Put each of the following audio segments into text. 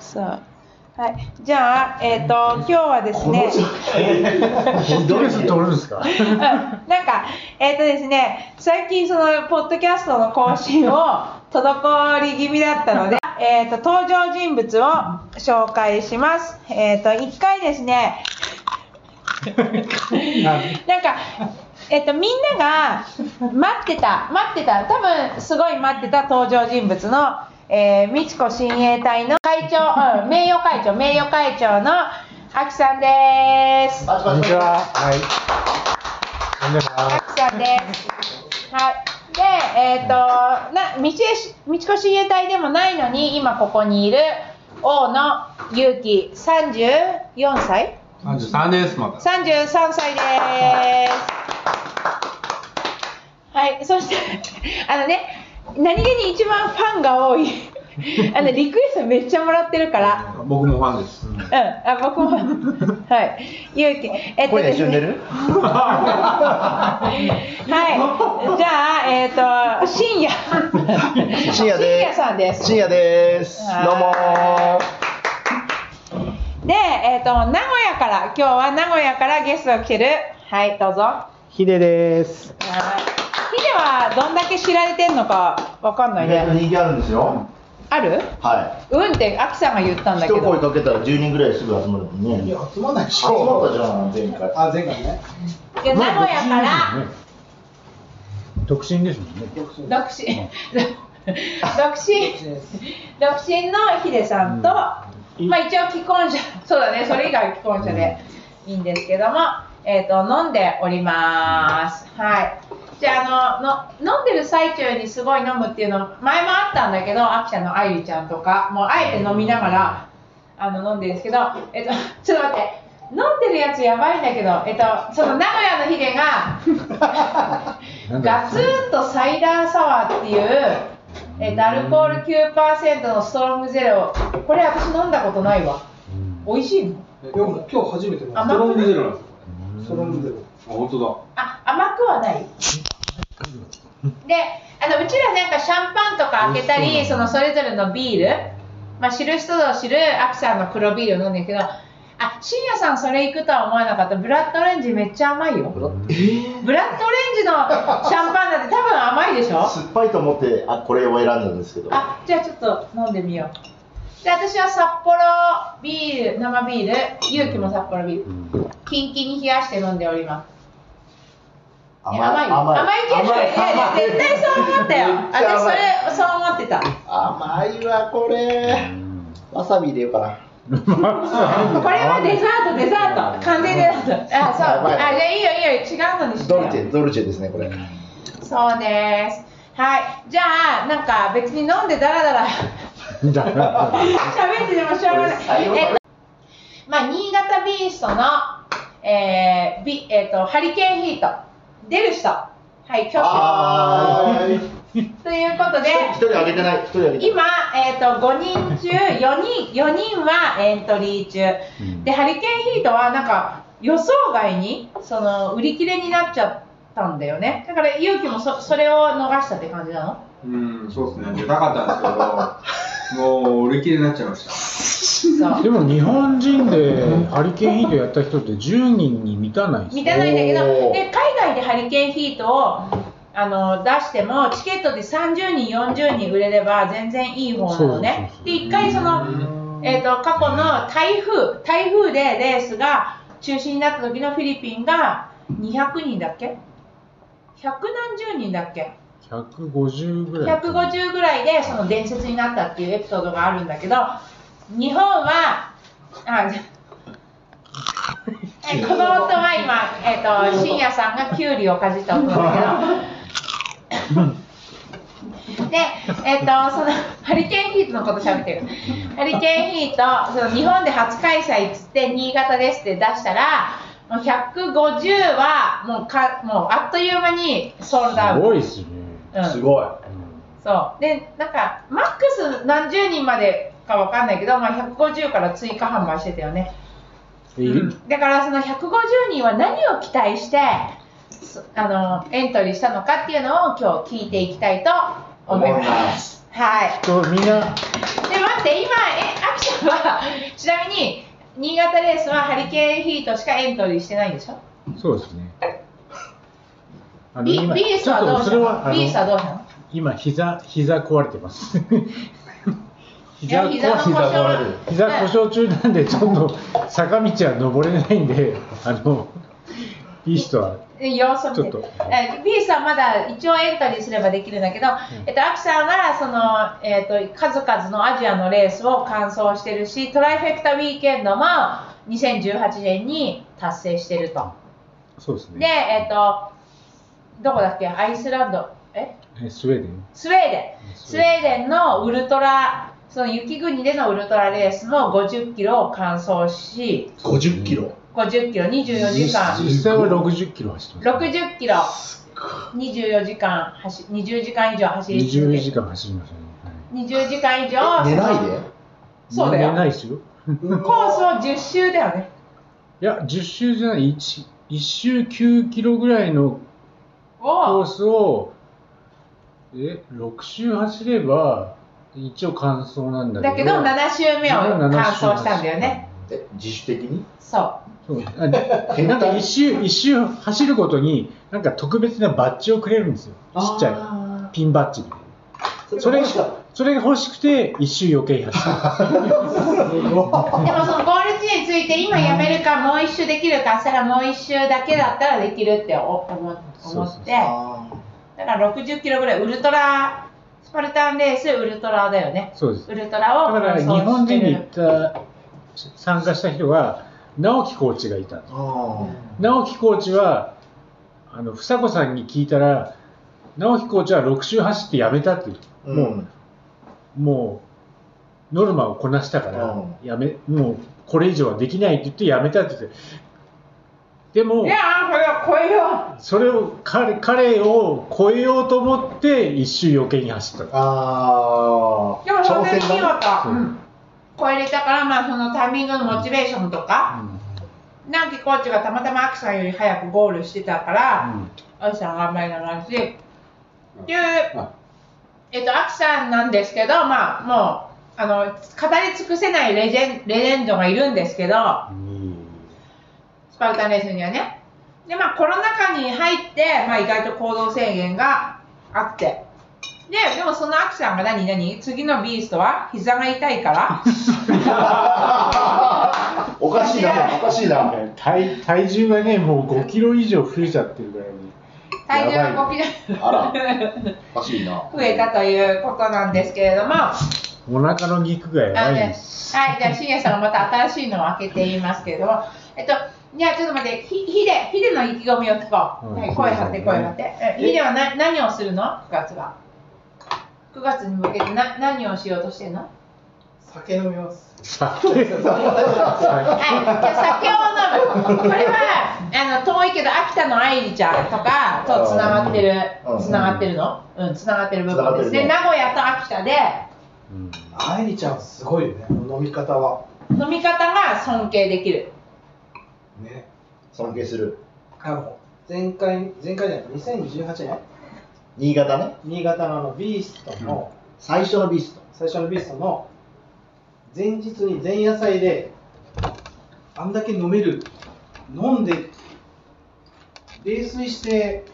そう。はい。じゃあ、えっ、と、今日はですね。ひどいです撮るんですうかんなんか、えっ、とですね、最近その、ポッドキャストの更新を滞り気味だったので、えっ、と、登場人物を紹介します。えっ、と、一回ですね、なんか、えっと、みんなが待ってた、待ってた、多分すごい待ってた登場人物の、えー、美智子親衛隊の会長、うん名誉会長、名誉会長のあきさんです。あこんにちは。はい。こんにちは。きさんです。はい。で、えっ、と、な、道枝し美智子親衛隊でもないのに、今ここにいる王の勇気、34歳三十三ですまだ。三十三歳です。はい、そして、あのね、何気に一番ファンが多い。あのリクエストめっちゃもらってるから。僕もファンです。うん、あ、僕 も。はい、勇気、えっと声で一す緒にね出。 るはい、じゃあ、えっ、と、深夜。 深夜深で夜さんですす。深夜ですはい。どうもで、えっ、と、名古屋から、今日は名古屋からゲストが来てる。はい、どうぞ。ヒデです。ヒデはどんだけ知られてんのか、わかんない意外とね。人気あるんですよ。ある。はうんってアキさんが言ったんい。だ一け声どかけたら10人ぐらいすぐ集まるもんね。集まんないで集まったじゃん、前回。あ前回ね。いや名古屋から独身ですもんね。独 身独身独身のヒデさんと、まあ一応既婚者そうだねそれ以外は既婚者でいいんですけども、えっ、と飲んでおりますはいじゃああのの飲んでる最中にすごい飲むっていうの前もあったんだけどあきちゃんのあゆりちゃんとかもうあえて飲みながらあの飲んでるんですけど、えっと、 ちょっと待って飲んでるやつやばいんだけど、えっと、その名古屋のヒデがガツンとサイダーサワーっていう、えっと、アルコール9%のストロングゼロこれ私飲んだことないわ美味しいのいやもう今日初めて飲んだ甘くないゼロなんですよ。ストロングゼロあ本当あ甘くはないであのうちらなんかシャンパンとか開けたりそのそれぞれのビール、まあ、知る人ぞ知るアキさんの黒ビールを飲んでるけどあ深夜さんそれ行くとは思わなかったブラッドオレンジめっちゃ甘いよブラッドオレンジのシャンパンなんて多分甘いでしょ酸っぱいと思って、あ、これを選んだんですけど。あじゃあちょっと飲んでみようで私は札幌ビール生ビール勇気も札幌ビール、キンキンに冷やして飲んでおります甘い。甘い甘い。甘いけどいやいや絶対そう思ったよめっちゃ甘い私それそう思ってた甘いわ、これ。わさび入れようかな。これはデザートデザート完全デザートあそうあやばいじゃあいいよいいよ違うのにしてドルチよェ、ドルチェですね、これ。そうですはいじゃあなんか別に飲んでダラダラじゃあ、喋っててもしょうがないえっとまあ、新潟ビーストの、えービえー、とハリケーンヒート出る人はい挙あー手ということで一人あげてない、一人あげてない。今、えー、と5人中4人4人はエントリー中でハリケーンヒートはなんか予想外にその売り切れになっちゃったんだよねだから勇気もそそれを逃したって感じなのだ。うんそうですね出たかったんですけどもう売り切れになっちゃいました。そうでも日本人でハリケーンヒートやった人って10人に満たないです満たないんだけどおーで海外でハリケーンヒートをあの出してもチケットで30人40人売れれば全然いい方なのねそうそうそうで一回その、えー、と過去の台風台風でレースが中止になった時のフィリピンが200人だっけ百何十人だっけ150ぐらい。 150ぐらいでその伝説になったっていうエピソードがあるんだけど日本はあじゃえこの夫は今、えっと深夜さんがキュウリをかじった音だけどで、えっとそのハリケーンヒートのこと喋ってるハリケーンヒートその日本で初開催っつって新潟ですって出したらもう150はもうかもうあっという間にソールダウすンごいっすね。うんごい。そうでなんかマックス何十人までかわかんないけど、まあ、150から追加販売してたよね、えだからその150人は何を期待してそあのエントリーしたのかっていうのを今日聞いていきたいと思いますはいとみんでな、待って今えアキちゃんは、 ちなみに、新潟レースはハリケーンヒートしかエントリーしてないんでしょそうですね。あのビ今ビースはどうちょっしとそたれはあののビースはどうしたの今膝膝壊れてます。 いや膝の故障壊れる膝故障中なんでちょっと坂道は登れないんであのビーストはえ様子を見てちょっとえ B さんまだ一応エントリーすればできるんだけど、えっと、アキさんがその、えっと、数々のアジアのレースを完走してるしトライフェクタウィーケンドも2018年に達成してるとそうですでね。えっとどこだっけアイスランドええスウェーデン。スウェーデンスウェーデンのウルトラその雪国でのウルトラレースの50キロを完走し50キロ。 50キロ24時間実際は60キロ走ってます。 60キロ24時間走20時間以上走り続け20る時間走りましたね。はい20時間以上寝ないで。そうだ寝なよいですよ。コースを10周だよねいや、10周じゃない、1, 一周9キロぐらいのコをースを、え、6周走れば、一応完走なんだだけけど、ど7周目を完走したんだよね。え自主的にそうそうあなんか一周、一周走るごとに、なんか特別なバッジをくれるんですよ。ちっちゃゃい。ピンバッジみたいな。そそれれが欲しかっそれが欲しくて、一周余計 走でもそのゴール地について今やめるかもう一周できるかしたらもう一周だけだったらできるってお思思そうそうっそうてただから60キロぐらいウルトラスパルタンレースウルトラだよねる。そうです。ウルトラをだから完日走本して人に行るった参加した人が直樹コーチがいたんですあ直樹コーチはあの房子さんに聞いたら直樹コーチは6周走ってやめたっていうあ。ももうノルマをこなしたから、うんやめもうこれ以上はできないって言ってやめたって言ってでもいやーこれは超えようそれを彼彼を超えようと思って1周余計に走ったう。ああ。でもそんなに見事、そううん、超えれたから、まあ、そのタイミングのモチベーションとか、うん直樹コーチがたまたまアキさんより早くゴールしてたから、うんアキさん頑張りながらし、で、あえっと、アキさんなんですけど、まあ、もう、あの、語り尽くせないレジェンレジェンドがいるんですけど、スパルタンレースにはね。で、まあコロナ禍に入って、まあ意外と行動制限があって。で、でもそのアキさんが何何次のビーストは膝が痛いから。おかしいな、おかしいな。体体重がねもう5キロ以上増えちゃってるからね体重が5キあら。おかしいな。ロ増えたと いうことなんですけれども、あお腹の肉がやのばいんね、ですはい、じゃあ、信也さんがまた新しいのを開けていますけれども、えっと、じゃあちょっと待って、ひひで、ひでの意気込みを聞こう。うんはい、声張って、声張って。えひではな何をするの ?9 月は。9月に向けてな何をしようとしてるの酒飲みます。酒はい、じゃあ酒を飲む。これはあの遠いけど秋田の愛理ちゃんとかとつながってるうん、つながってるの？うん、つながってる部分ですね。つな名古屋と秋田でうん愛理ちゃんすごいよね。飲み方は。飲み方が尊敬できる。ね。尊敬する。あの前回前回じゃない2018年新潟ね。新潟のあのビーストの、最初のビスト。最初のビーストの前日に前夜祭であんだけ飲める飲んで泥酔して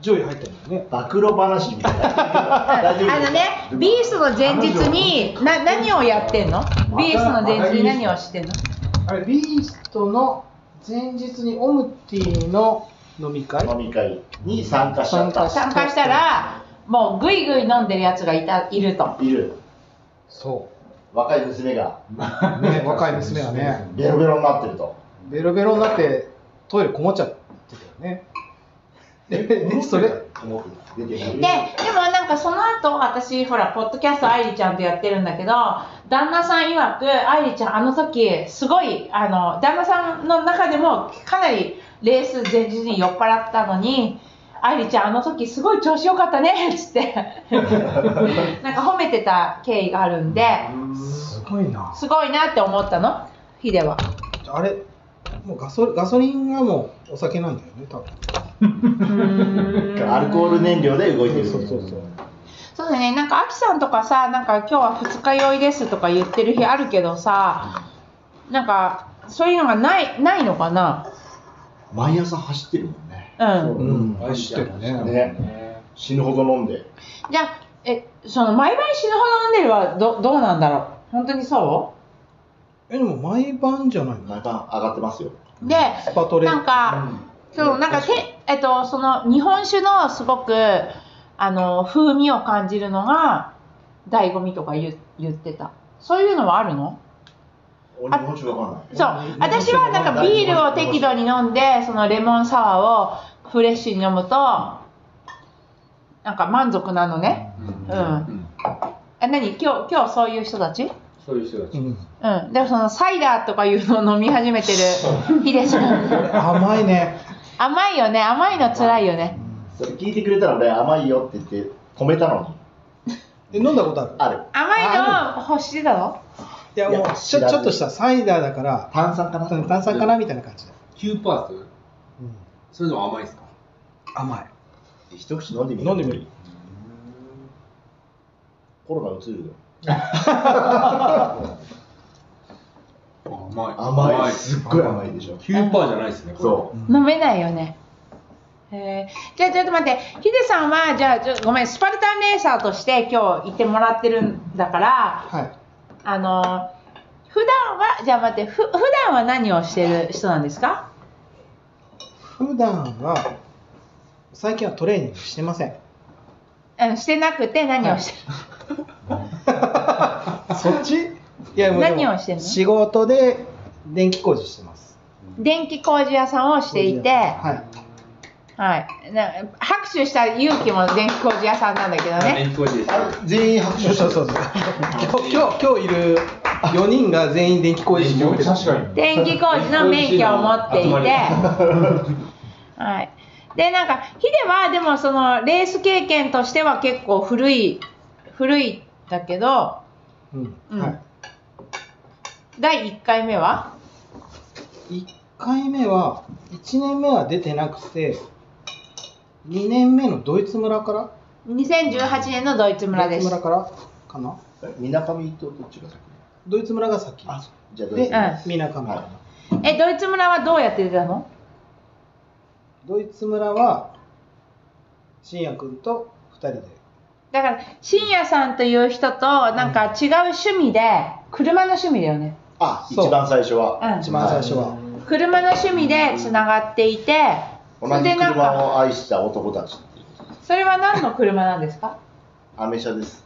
上位入ったんだよね。暴露話みたいな。 あ大丈夫のね、ビーストの前日にな何をやってんの？ビーストの前日に何をしてんの？あれビーストの前日にオムティーの飲み会。飲み会に参加しちゃっ参た。参加したらもうぐいぐい飲んでるやつがいたいると。いる。そ若い娘がう。ね、若い娘がね。ベロベロになってると。ベロベロになってトイレこもっちゃってたよね。で、でそれ、思って出てくでるでもなんかその後私ほらポッドキャスト愛理ちゃんとやってるんだけど旦那さん曰く愛理ちゃんあの時すごいあの旦那さんの中でもかなりレース前日に酔っ払ったのに愛理ちゃんあの時すごい調子良かったねっつってなんか褒めてた経緯があるんですごいな。すごいなって思ったのヒデはあれ、もうガソガソリンがもうお酒なんだよね、多分。アルコール燃料で動いてる。そうそうそうそうだね、なんか、あきさんとかさ、なんか、今日は二日酔いですとか言ってる日あるけどさ、なんか、そういうのがない、ないのかな毎朝走ってるもんね。うん。うん愛してるねね死ぬほど飲んで。じゃあ、え、その、毎晩死ぬほど飲んでるは、ど、どうなんだろう本当にそえでも毎晩じゃないの毎晩上がってますよ。うで、スパトレなんか、そう、なんか、て、えっと、その、日本酒のすごく、あの、風味を感じるのが、醍醐味とか言う言ってた。そういうのはあるの俺日本酒わかんない。そう私はなんかビールを適度に飲んでそのレモンサワーをフレッシュに飲むとなんか満足なのねうん、うんえ何今日今日そういう人たちうそういう人たち。うんんでもそのサイダーとかいうのを飲み始めてるヒデさん甘いね甘いよね甘いの辛いよねそれ聞いてくれたら俺甘いよって言って止めたのに。え飲んだことあるある。甘いの欲してたのいやもういやちょ知らちずょっとしたサイダーだから炭酸かな。炭酸かなみたいな感じで、 9%パーツうん、そういうの甘いですか甘い一口飲んでみる。飲んでみる。コロナうつるよ。甘い。甘い。すっごい甘いでしょ。 9%パーじゃないですね、これそう。飲めないよねへえじゃあちょっと待ってヒデさんはじゃあちょごめんスパルタンレーサーとして今日いてもらってるんだからはいあの普段はじゃあ待ってふ普段は何をしてる人なんですか普段は最近はトレーニングしてませんうんしてなくて何をしてる、そっちいやもうでも何をしてんの仕事で電気工事してます電気工事屋さんをしていてはいはいな拍手した勇気も電気工事屋さんなんだけどね遠方です。全員拍そう手そうそうそう今日今日今日いる4人が全員電気工事してる確かに。電気工事の免許を持っていて、集まりはい、でなんかヒデはでもそのレース経験としては結構古い古いんだけどうんうんは、第1回目はい1回目は1年目は出てなくて2年目のドイツ村から2018年のドイツ村ですドイツ村からかなみなかみとどっちが先ドイツ村が先あじゃあどうでぞうんみなかみかなはえドイツ村はどうやって出たのドイツ村は信也君と2人でだから信也さんという人となんか違う趣味で車の趣味だよね、あ一そう番最初は、うん一番最初は、車の趣味でつながっていてそ同れじでなん車かを愛した男たちっていうそれは何の車なんですかアメ車です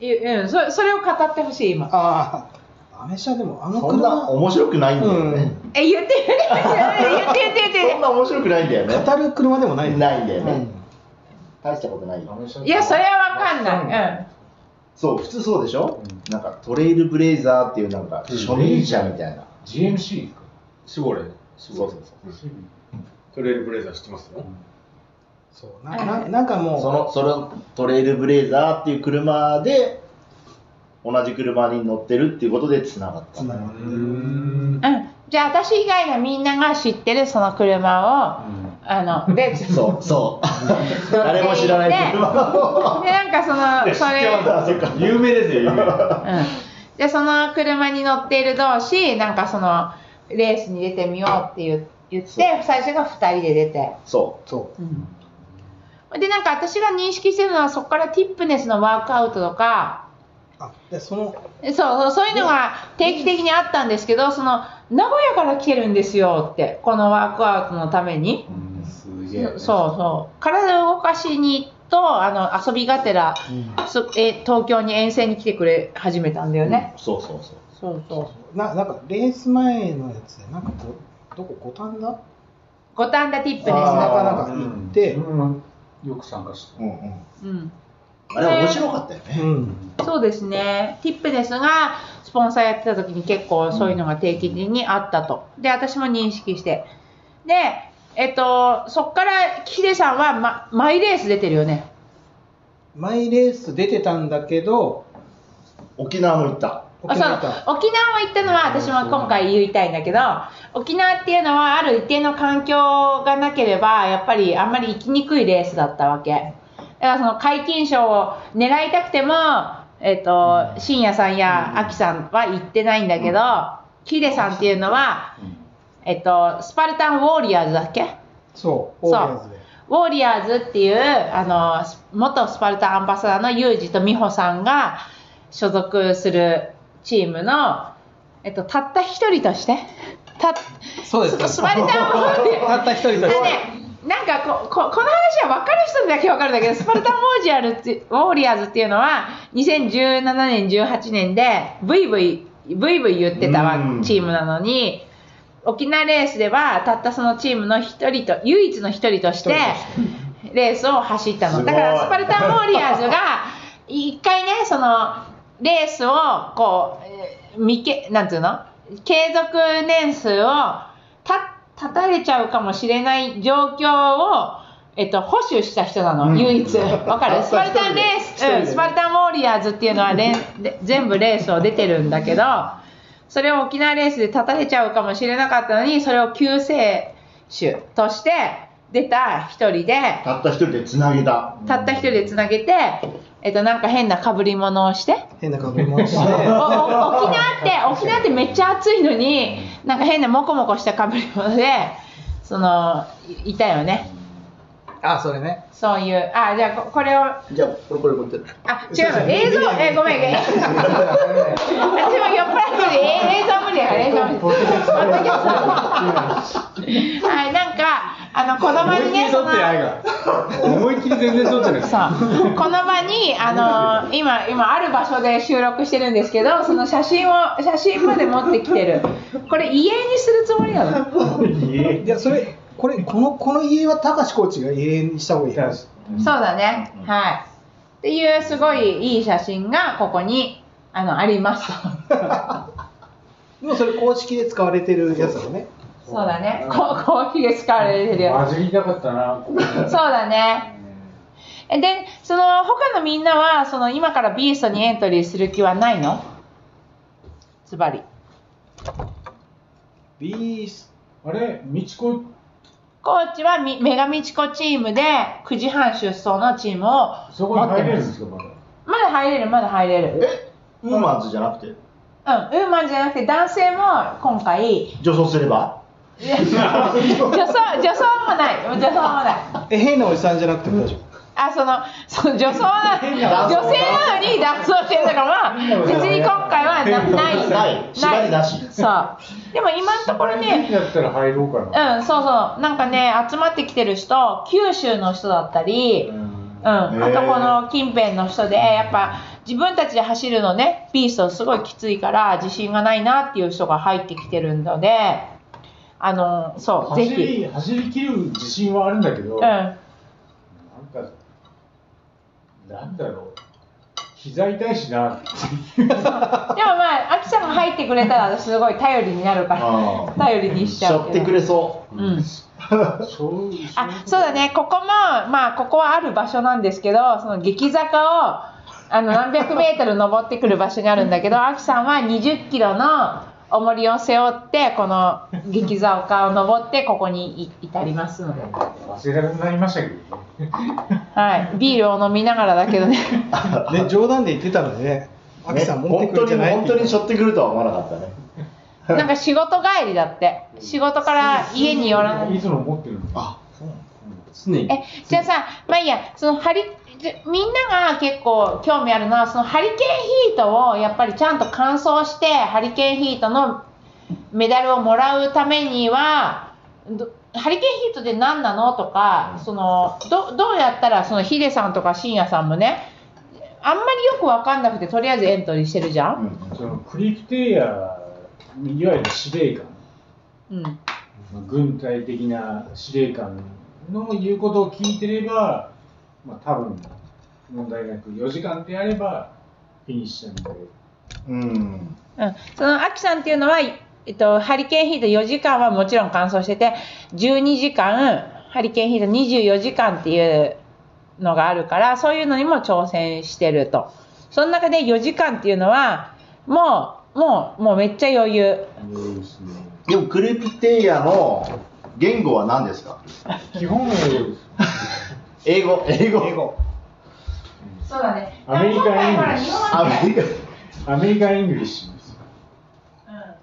いうん、そそれを語ってほしい今ああアメ車でもあのそんな車面白くないんだよね、え言って言って言って言ってそんな面白くないんだよね語る車でもないないんだよね、うん大したことないよいやそれはわかんない、そう普通そうでしょ、なんかトレイルブレイザーっていうなんかうん初任者みたいな、 GMC か絞れ。絞そうれそうそうトレイルブレイザー知ってますよ。そうなななんかもうそのそのトレイルブレイザーっていう車で同じ車に乗ってるっていうことでつながった繋がるううん。んうん、じゃあ私以外のみんなが知ってるその車を、あのでそうそう誰も知らない車をでなんかそのそれ、あそっか有名ですよ、有名。うん、でその車に乗っている同士なんかそのレースに出てみようって言う言ってそう最初が2人で出て、そうそううん、でなんか私が認識してるのはそこからティップネスのワークアウトとかあでそのそうそうそういうのが定期的にあったんですけどその名古屋から来てるんですよってこのワークアウトのために、すそうそう体を動かしにとあの遊びがてら、そえ東京に遠征に来てくれ始めたんだよね、そうそうそうそうそうななんかレース前のやつでなんかこうどこ五反田五反田ティップネスなあだかなーか行って、よく参加してうんうんうん、あれ面白かったよね、うんそうですねティップネスがスポンサーやってた時に結構そういうのが定期的にあったとで私も認識してでえっとそっからヒデさんは、ま、マイレース出てるよねマイレース出てたんだけど沖縄も行ったあ沖そう縄行った沖縄行ったのは私も今回言いたいんだけど沖縄っていうのはある一定の環境がなければやっぱりあんまり行きにくいレースだったわけだからその解禁賞を狙いたくても、えっ、と、深夜さんやアキさんは行ってないんだけど、ヒデさんっていうのは、えっ、と、スパルタンウォーリアーズだっけそう、そうオーガンズで。ウォーリアーズっていうあのス元スパルタアンバサダーのユージと美穂さんが所属するチームの、えっと、たった一人としてたそうですスパルタンウォー リアーズたった一人としてだねなんかこここの話は分かる人にだけ分かるんだけどスパルタンウォージアルってウォーリアーズっていうのは2017年18年でブイブイブイブイ言ってたわうんチームなのに沖縄レースではたったそのチームの一人と唯一の一人としてレースを走ったすごのいだからスパルタンウォーリアーズが一回ねそのレースをこうみけなんていうの継続年数をた立たれちゃうかもしれない状況を、えっと、保守した人なの、唯一わかるスパルタンレース、うん、スパルタンウォーリアーズっていうのはれんで全部レースを出てるんだけどそれを沖縄レースで立たれちゃうかもしれなかったのにそれを救世主として出た一人でたった一人でつなげた。たった一人でつなげて、えっと、なんか変な被り物をして。変な格好もして。お お沖縄って沖縄ってめっちゃ暑いのになんか変なモコモコしたかぶり物でそのいいたよねあそれねそういうあじゃあここれをあじゃあ、これこれ持ってる。違う映像えご めんごめん私も酔っ払ってるえ映像無理やから映像無理ポッドキャストはいなんかあの子供にねその思いっきり全然撮ってないそうこの場にあの今今ある場所で収録してるんですけどその写真を写真まで持ってきてるこれ遺影にするつもりなのいや、それ、これ、この、この家は高志コーチが家にした方がいい。そうだねはいっていうすごいいい写真がここにあのあり ますでも、それ公式で使われてるやつだよね。そうだねこうこうひげ使われてるよ混じりたかったな。そうだね。えで、その他のみんなは、その今からビーストにエントリーする気はないのズバリ。ビースあれ、みちこ。コーチはみ女神チコチームで9時半出走のチームをそこ持にって入れるま。んですすか、まだ。まだ入れる、まだ入れる。えウーマンズじゃなくてうん、ウーマンじゃなくて男性も今回、 女装すればいや女装、女装もない、女装もない。え、変なおじさんじゃなくても大丈夫。あ、その、その女装な、女性なのに男装してるだから、まあ、別に今回はなない。ない縛りなしそう。でも今のところね、だったら入ろうかな。うん、そうそう。なんかね、集まってきてる人、九州の人だったり、うん、あとこの近辺の人で、やっぱ自分たちで走るのね、ピーストすごいきついから、自信がないなっていう人が入ってきてるので、あの、そう、ぜ走ひ。り、走り切る自信はあるんだけど。うん。なんあか。なんだろう。膝痛いしな。でもまあ、アキさんが入ってくれたら、すごい頼りになるから、頼りにしちしゃょうっけてどく。れそうん。そう。そうあそうだねここもまあここはある場所なんですけどその激坂をあの何百メートル登ってくる場所にあるんだけどアキさんは20キロの重りを背負ってこの激坂を登ってここにい至りますので、忘れなくなりましたけどね。はい、ビールを飲みながらだけ どねね、冗談で言ってたのでね、う、アキさんね持って本くる当んじにゃない本当にしょってくるとは思わなかったねなんか仕事帰りだって仕事から家に寄らないいつも持ってるの。あ、常に。えじゃあさまあいいやそのハリじゃみんなが結構興味あるのはそのハリケーンヒートをやっぱりちゃんと乾燥してハリケーンヒートのメダルをもらうためにはどハリケーンヒートって何なのとかそのどどうやったらそのヒデさんとかシンヤさんもねあんまりよく分かんなくてとりあえずエントリーしてるじゃん。そのクリプテイヤー。いわゆる司令官。うんまあ軍隊的な司令官の言うことを聞いてれば、まあ、多分問題なく4時間であればフィニッシュなんで、うんうん、そのアキさんっていうのは、えっと、ハリケーンヒート4時間はもちろん乾燥してて12時間ハリケーンヒート24時間っていうのがあるからそういうのにも挑戦してるとその中で4時間っていうのはもうもうもうめっちゃ余裕でもクルピテイヤの言語は何ですか基本は英語英語そうだね。アメリカだから今回イングリッシュほらア日本メでリカアメリカン・イングリッシュです。うん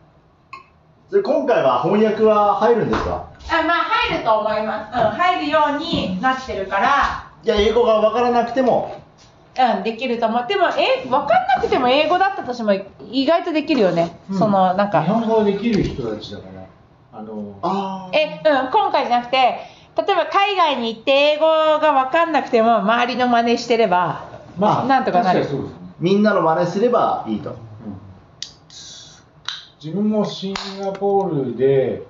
それ今回は翻訳は入るんですかあまあ入ると思います、うん、入るようになってるかじゃあ英語が分からなくてもら、うん、できると思うでもえ分かんなくても英語だったとしても意外とできるよね、そのなん日か本語できる人たちだから、あの、えうん今回じゃなくて例えば海外に行って英語が分かんなくても周りの真似してればまあ、なんとかなる確かにそうですね。みんなの真似すればいいとうん自分もシンガポールで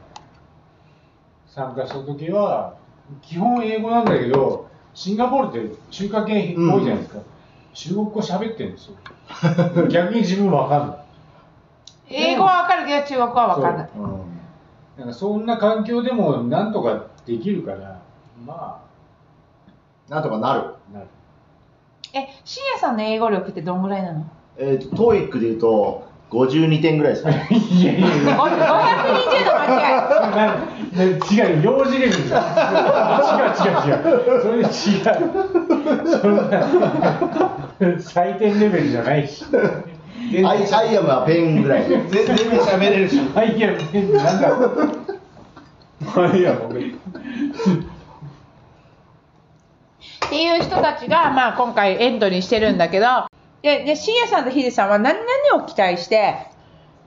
参加した時は基本英語なんだけどシンガポールって中華系多いじゃないですか、中国語喋ってるんですよ逆に自分わかんない英語は分かるけど中国語は分かんないなんかそんな環境でもなんとかできるからまなんとかなるあなるえ深夜さんの英語力ってどんぐらいなのえっ、と TOEIC でいうと52点ぐらいですかねいやいやいやご520度間違いなんで違う幼児レベルじゃん違う違う違うそれで違うそんな採点レベルじゃないしアイアイアムはペンぐらい全然喋れるし。はい、いや、なんだろう。はい、や、僕。っていう人たちが、まあ、今回エントリーしてるんだけどでで深夜さんとヒデさんは何々を期待して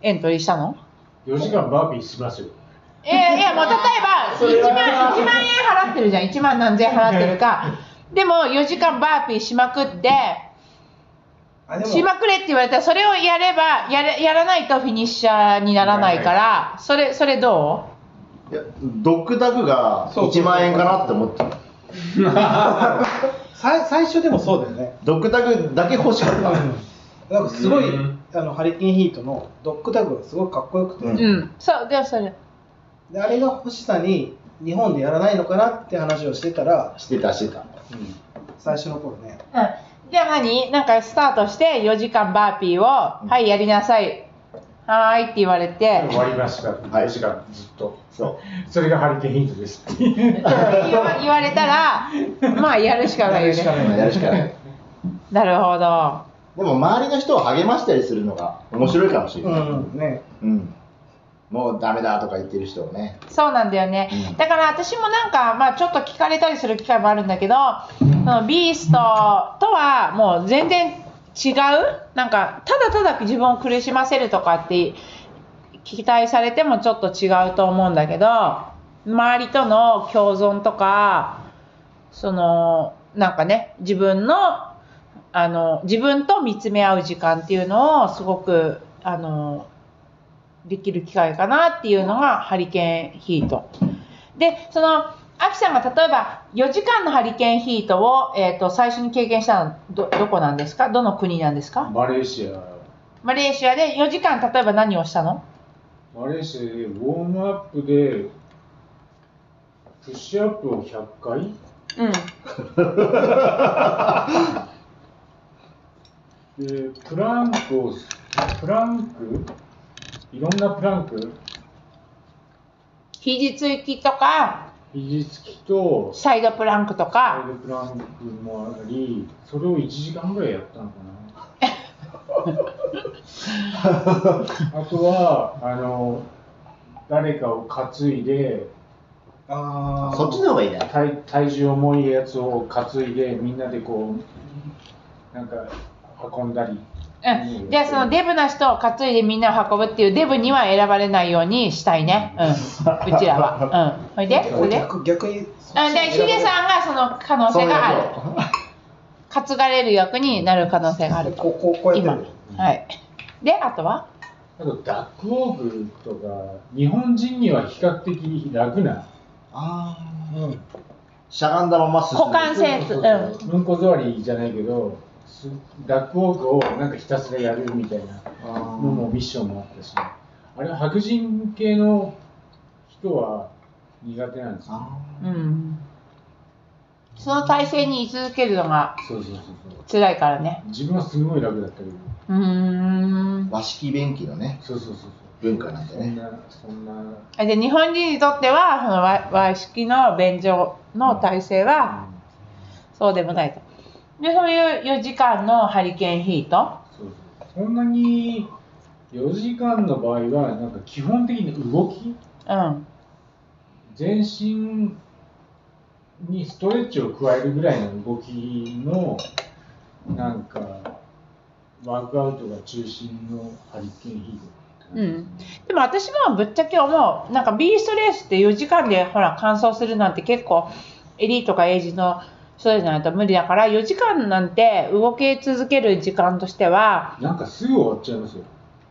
エントリーしたの4時間バービーしますよ。えーいやもう例えば1万 ,1 万円払ってるじゃん1万何千円払ってるか でも4時間バーピーしまくってあでもしまくれって言われたらそれをやればやれやらないとフィニッシャーにならないからそれそれどういやドッグタグが1万円かなって思ってたさ最初でもそうだよね。ドッグタグだけ欲しかったなんかすごい、うんあのハリケーンヒートのドッグタグがすごくかっこよくて、うんうんそうでもそれであれが欲しさに日本でやらないのかなって話をしてたらしてたしてた最初の頃ね。うんじゃあ何なんかスタートして4時間バーピーを「はいやりなさい」「はーい」って言われて終わりました。い4時間、ずっと。そそれがハリケーンヒントです。言わ 言われた らまあやるしかないよねうやるしかないなるほどでも周りの人を励ましたりするのが面白いかもしれうない、ん、ね。うん、もうダメだとか言ってる人をねそうなんだよね、うんだから私もなんか、まあ、ちょっと聞かれたりする機会もあるんだけど、そのビーストとはもう全然違うなんかただただ自分を苦しませるとかって期待されてもちょっと違うと思うんだけど周りとの共存とかそのなんかね自分のあの自分と見つめ合う時間っていうのをすごくあのできる機会かなっていうのがハリケーンヒート。で、その、アキさんが例えば4時間のハリケーンヒートを、えー、と最初に経験したのはどどこなんですかどの国なんですかマレーシア。マレーシアで4時間例えば何をしたのマレーシアでウォームアップで、プッシュアップを100回うん。でプランクをプランクいろんなプランク肘つきとか、肘つきとサイドプランクとサか、イドプランクもありそれを1時間ぐらいやったのかなあとはあの誰かを担いでああ。そっちの方がいいね体体重重いやつを担いでみんなでこうなんか運んだりうん、じゃあそのデブな人を担いでみんなを運ぶっていうデブには選ばれないようにしたいね、うん、うちらは。うん、ほいで、ほいで。逆逆にあでヒデさんがその可能性がある担がれる役になる可能性があることうこうこうやって今るはいであとはあとダックウォークとか日本人には比較的楽なうん、しゃがんだまま進む股関節うんうんこ座りじゃないけどすダックウォークをなんかひたすらやるみたいなのもミッションもあったし、あれは白人系の人は苦手なんですよ、うんその体勢に居続けるのがそうそうそうそう辛いからね自分はすごい楽だったけどうーん和式便器のねそうそうそうそう文化なんでそんねなそんなあで日本人にとってはその和和式の便所の体勢はそうでもないとで、そういう4時間のハリケーンヒート。そうそうそんなに4時間の場合はなんか基本的に動きうん。全身にストレッチを加えるぐらいの動きのなんかワークアウトが中心のハリケーンヒートって感じですねでも私もぶっちゃけ思う、なんかビーストレースって4時間でほら完走するなんて結構エリートかエイジの人じゃないと無理だから、4時間なんて動き続ける時間としては、なんかすぐ終わっちゃいますよ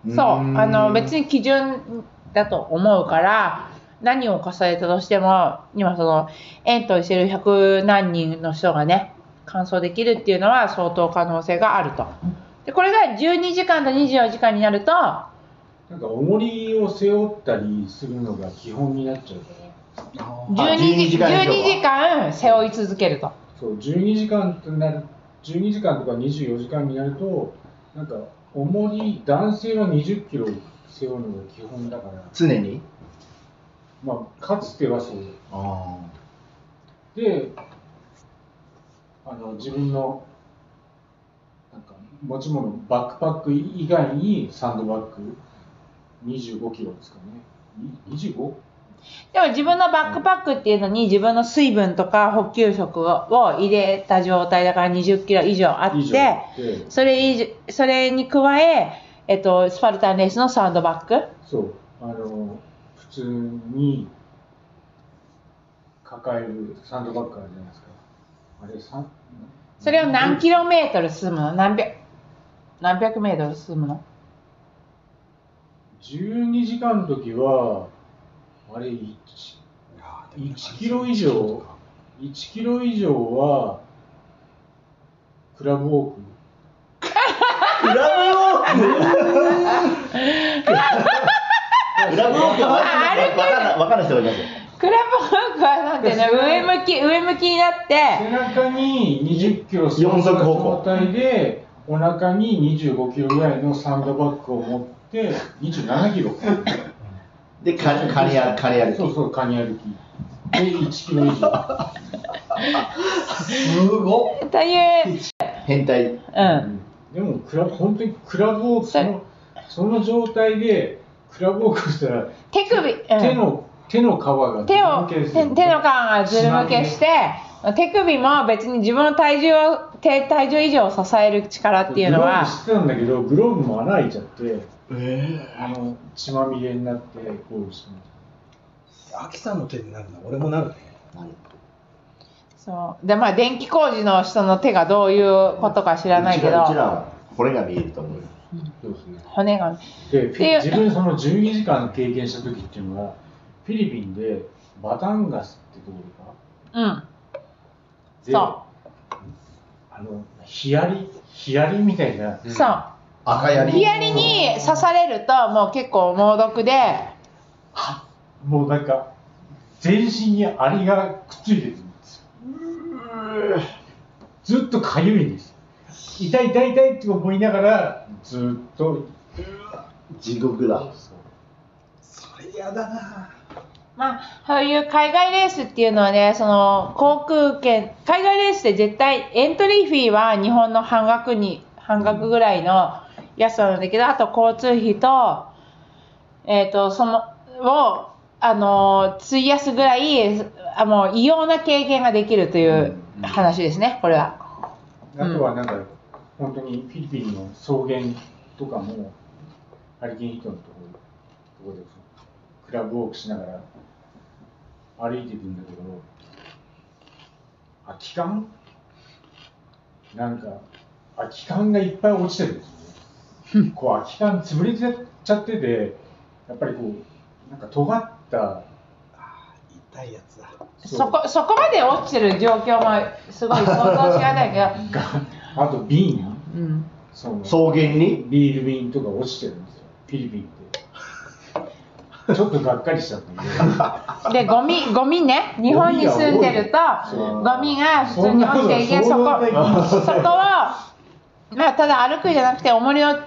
そう、あの別に基準だと思うから、何を重ねたとしても、今そのエントリーしてる100何人の人がね、完走できるっていうのは相当可能性があると。で、これが12時間と24時間になると、なんか重りを背負ったりするのが基本になっちゃうか12ら12時時間以上は ,12 時間背負い続けると。そう12時間となる12時間とか24時間になるとなんか重り男性は2 0キロ背負うのが基本だから、常にまあ、かつてはそうあであの自分のなんか持ち物バックパック以外にサンドバッグ25キロですかねい 25? でも自分のバックパックっていうのに自分の水分とか補給食を入れた状態だから20キロ以上あ以っ上て、でそれ以上それに加え、えっと、スパルタンレースのサンドバッグ。そうあの普通に抱えるサンドバッグあるじゃないですかあれさんそれを何キロメートル進むの何百、何百メートル進むの12時間の時はあれ 1, 1キロ以上1キロ以上はクラブウォーククラブウォーククラブウォーク はわかんないわかんない人がいますよクラブワークはなんていうの上向き、上向きになって、背中に20キロ背四負った足歩行状態でお腹に25キロぐらいのサンドバッグを持って27キロでカニカニ歩カニ歩きそうそうカニ歩きで1キロ以上すごっという、変態うん。でもクラブ本当にクラブウォークそそれのその状態でクラブウォークしたら手首、うん手の手の皮が手をずる手むけですよ手の皮がずるむけして手首も別に自分の体重を手体重以上を支える力っていうのはグローブしてたんだけどグローブも穴開いちゃって、あの血まみれになってゴールしまし秋さんの手になるな俺もなるねそうでまあ電気工事の人の手がどういうことか知らないけうちらうちらどは骨が見えると思うよたそうですね骨がでっていう自分その12時間経験した時っていうのはフィリピンでバタンガスってところかうんでそあのヒアリヒアリみたいなうそう赤やりヒアリに刺されるともう結構猛毒で もうなんか全身にアリがくっついてるんですよずっとかゆいんです痛い痛い痛いって思いながらずっと地獄だそれやだなまあ、そういう海外レースっていうのはね、その航空券、海外レースで絶対エントリーフィーは日本の半額に、半額ぐらいの安さなんだけど、あと交通費と、えっ、と、その、を、あのー費やすぐらい、あもう異様な経験ができるという話ですね、これは。あとはなんか、本当にフィリピンの草原とかも、ハリケーンヒットのところところで、クラブウォークしながら歩いていくんだけど、空き缶なんか、空き缶がいっぱい落ちてるんですよね。こう空き缶潰れちゃってて、やっぱりこう、なんか尖った、痛いやつだそうそこ、そこまで落ちてる状況もすごい想像しがたいけど、あと瓶、うん。その草原にビール瓶とか落ちてるんですよ、フィリピンって。ちょっとがっかりしちゃったんで、で、ゴミ、ゴミね、日本に住んでると、そうゴミが普通に落ちていて、そそんこ、なことそこを、まあ、ただ歩くじゃなくて、重りを担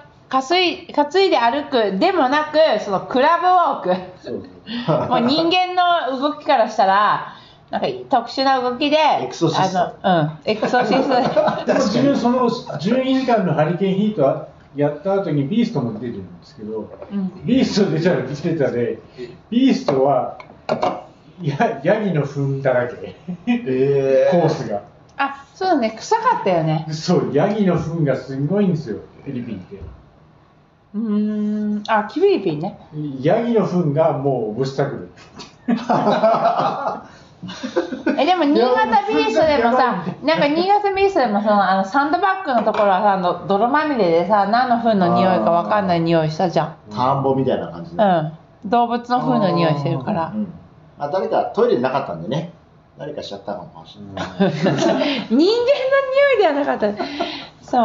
い担いで歩くでもなく、そのクラブウォーク。そうもう人間の動きからしたら、なんか特殊な動きで、エクソシストあのうん、エクソシスト。 でも自分その12時間のハリケーンヒートやった後にビーストも出てるんですけど、うんビースト出たら出てたでビーストはやヤギの糞だらけえコースがあ、そうだね、臭かったよね。そうヤギの糞がすごいんですよフィリピンってうーん、あ、キビリピンね。ヤギの糞がもうオブスタクルえでも新潟ビーストでもさなんか新潟ビーストでもそのあのサンドバッグのところはさあの泥まみれでさ何の糞の匂いかわかんない匂いしたじゃ田んぼみたいな感じだ、んうん動物の糞の匂いしてるからうんまあ、誰かトイレなかったんでね誰かしちゃったかもしれない、人間の匂いではなかったそう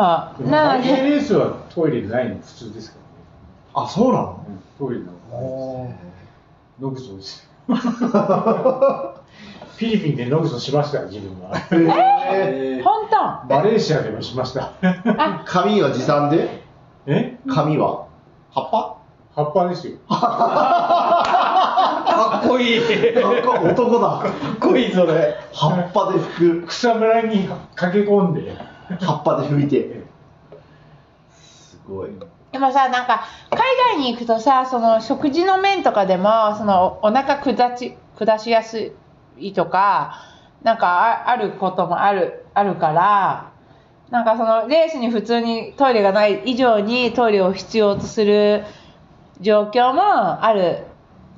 なハのリケーンでレースはトイレないの普通ですからあ、そうなのね、うんトイレのノグソです よフィリピンでノグソしました自分はえ本当バレーシアでもしました紙は持参でえ紙は葉っぱ葉っぱですよかっこいい。男だかっこいいそれ葉っぱで拭く草むらに駆け込んで葉っぱで拭いてすごいでもさなんか海外に行くとさその食事の面とかでもそのお腹下ち下しやすいとかなんかああることもあるあるからなんかそのレースに普通にトイレがない以上にトイレを必要とする状況もある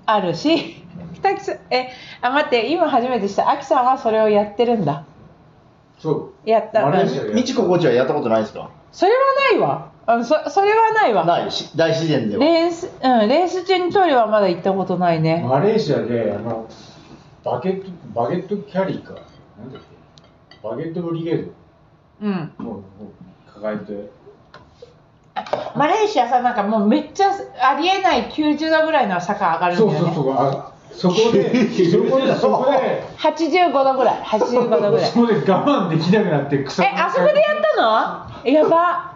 あるし 北木さんえあ待って今初めてしたあきさんはそれをやってるんだそうやった、マうレーんシアでみちこコーチはやったことないですかそれはないわあのそそれはないわないし大自然ではレース、うん、レース中にトイレはまだ行ったことないね。マレーシアであのバゲットバゲットキャリーかなんだっけバゲットブリゲーうん。ドを抱えてマレーシアさ、なんかもうめっちゃありえない90度ぐらいの坂上がるんだそようね。そうそうあそこ でそこでそこで85度ぐらい、85度ぐらい。そこで我慢できなくなって草え、あそこでやったのやば。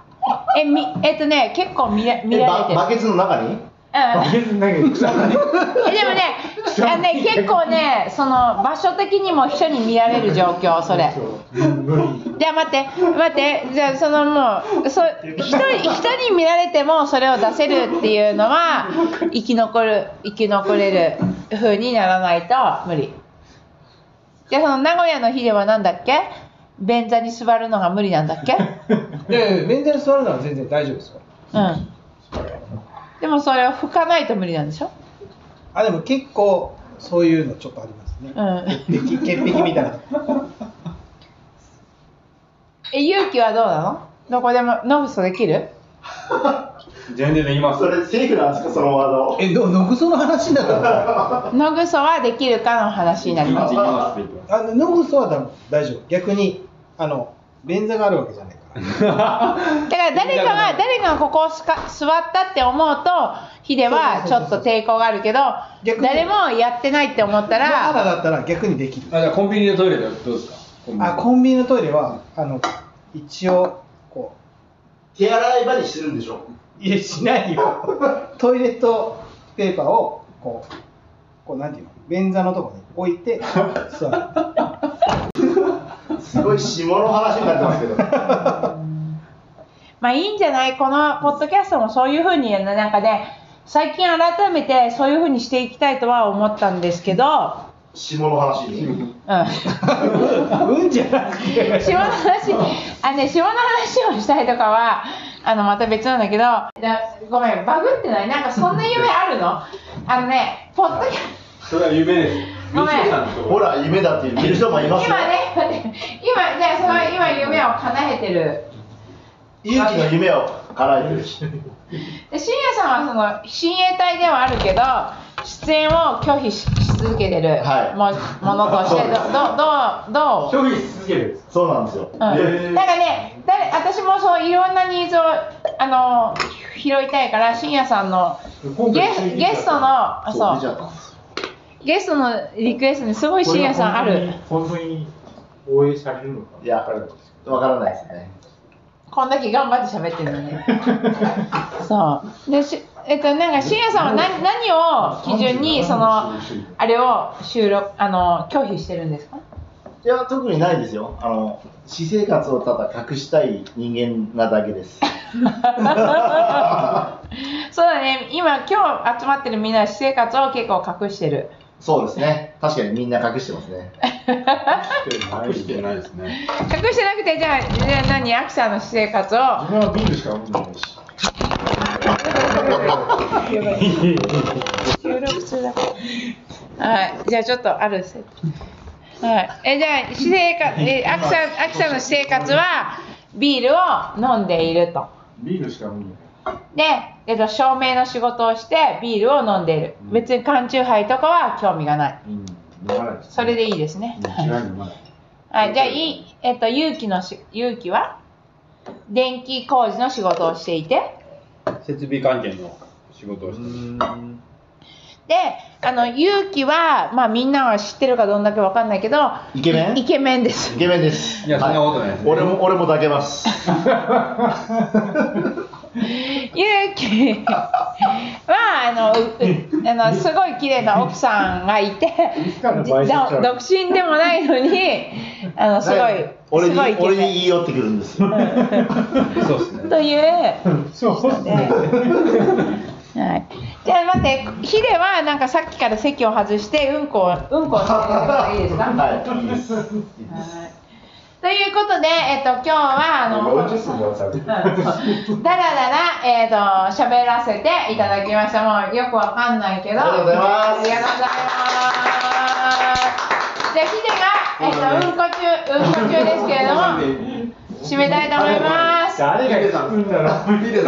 え、み、えっとね、結構見ら見えられバてる。バケツの中にうんバケツ投げて草むらにえでも ね、あのね結構ね、その場所的にも人に見られる状況、それ。そう無理じゃあ待って待ってじゃあそのもうそ一人一人見られてもそれを出せるっていうのは生き残る生き残れる風にならないと無理じゃあその名古屋の日ではなんだっけ便座に座るのが無理なんだっけいやいや、メンタル座るなら全然大丈夫ですよ。うんでもそれを拭かないと無理なんでしょあ、でも結構、そういうのちょっとあります ね。うん潔癖みたいな。え勇気はどうなのどこでもノブソできるー全然できますそ。れセーフなんですかそのワードえ、でも、ノグソの話だから。ノグソはできるかの話になでりきまます す、できます、できます。あの、ノグソはだ大丈夫。逆に、あの、便座があるわけじゃないから。だから誰かが誰かがここをすか座ったって思うとヒデはちょっと抵抗があるけど逆に誰もやってないって思ったまだらだったら逆にできる。あ、じゃあコンビニのトイレだとどうですかコンビニあ、コンビニのトイレは、あの、一応、こ手洗い場にしてるんでしょう、いや、しないよ。トイレットペーパーを、こう、こう、なんていうの、便座のとこに置いて、座る。すごい下の話になってますけどまあいいんじゃないこのポッドキャストもそういうふうになんかね最近改めてそういうふうにしていきたいとは思ったんですけど、う下の話にん、うんじゃなくて。下の話あ、ね、下の話をしたいとかはあのまた別なんだけどだごめんバグってないなんかそんな夢あるのあのねポッドキャストそれは夢です。ごめんみちこさんのとこほら夢だって言ってる人もいますよ今ね、待って今、じゃあその今夢を叶えてる。勇気の夢を叶えてるしで、深夜さんはその親衛隊ではあるけど、出演を拒否しし続けてる、はいもものとして、どどどうどう消費し続けるんです。そうなんですよ、うん、なんでかね誰私もそういろんなニーズをあの拾いたいから深夜さんの今ゲ回ついにゲストのあそうそ出ちゃっうたんですよゲストのリクエストにすごい深夜さんある本当に応援されるのかいやわからないですわからないですねこんだけ頑張って喋ってるのにそうでしえっと、なんか、しんやさんは何何を基準に、その、あれを収録、あの、拒否してるんですか いや、特にないですよ。あの、私生活をただ隠したい人間なだけです。そうだね、今、今日集まってるみんな、私生活を結構隠してる。そうですね。確かにみんな隠してます ね。隠してないですね。隠してなくて、じゃあ、じゃあ何、アキさんの私生活を、自分はビールしか飲んでないし。収録中だから。はい、じゃあちょっとあるせ。はい、え、じゃあ、私生活、え、あきさん、あきさんの私生活は。ビールを飲んでいると。ビールしか飲んでない。で、えっと、照明の仕事をして、ビールを飲んでいる。別に缶チューハイとかは興味がない。うん、飲まないです、それでいいですね。違う飲まない。はい、じゃあ、いい、えっと、勇気のし、勇気は。電気工事の仕事をしていて。設備関係の仕事をしてるで、あの、勇気は、まあ、みんなは知ってるかどんだけわかんないけど。イケメンイケメン ですイ。ケメンです。いや、そんなはことないです、ね。俺も、俺も抱けます。ゆうきはあのううあのすごい綺麗な奥さんがいてからじ買収しちゃどう独身でもないのにあのすごい俺すにごいイ、ケ俺にメ言い寄ってくるんですよ。そうですンね。というそう人で、 はい、じゃあ待ってヒデはなんかさっきから席を外してうんこをうんこをしてるのが いいですか、はいはい。いいです。ということで、えっと、今日はあの 40分で終わっちゃう。だらだら、えっ、と、喋らせていただきました。もうよくわかんないけど。ありがとうございますありがとうございます。じゃあ、ヒデが、えっ、と、 うんこ中、うんこ中ですけれども、締めたいと思います。誰が言ったんだろう。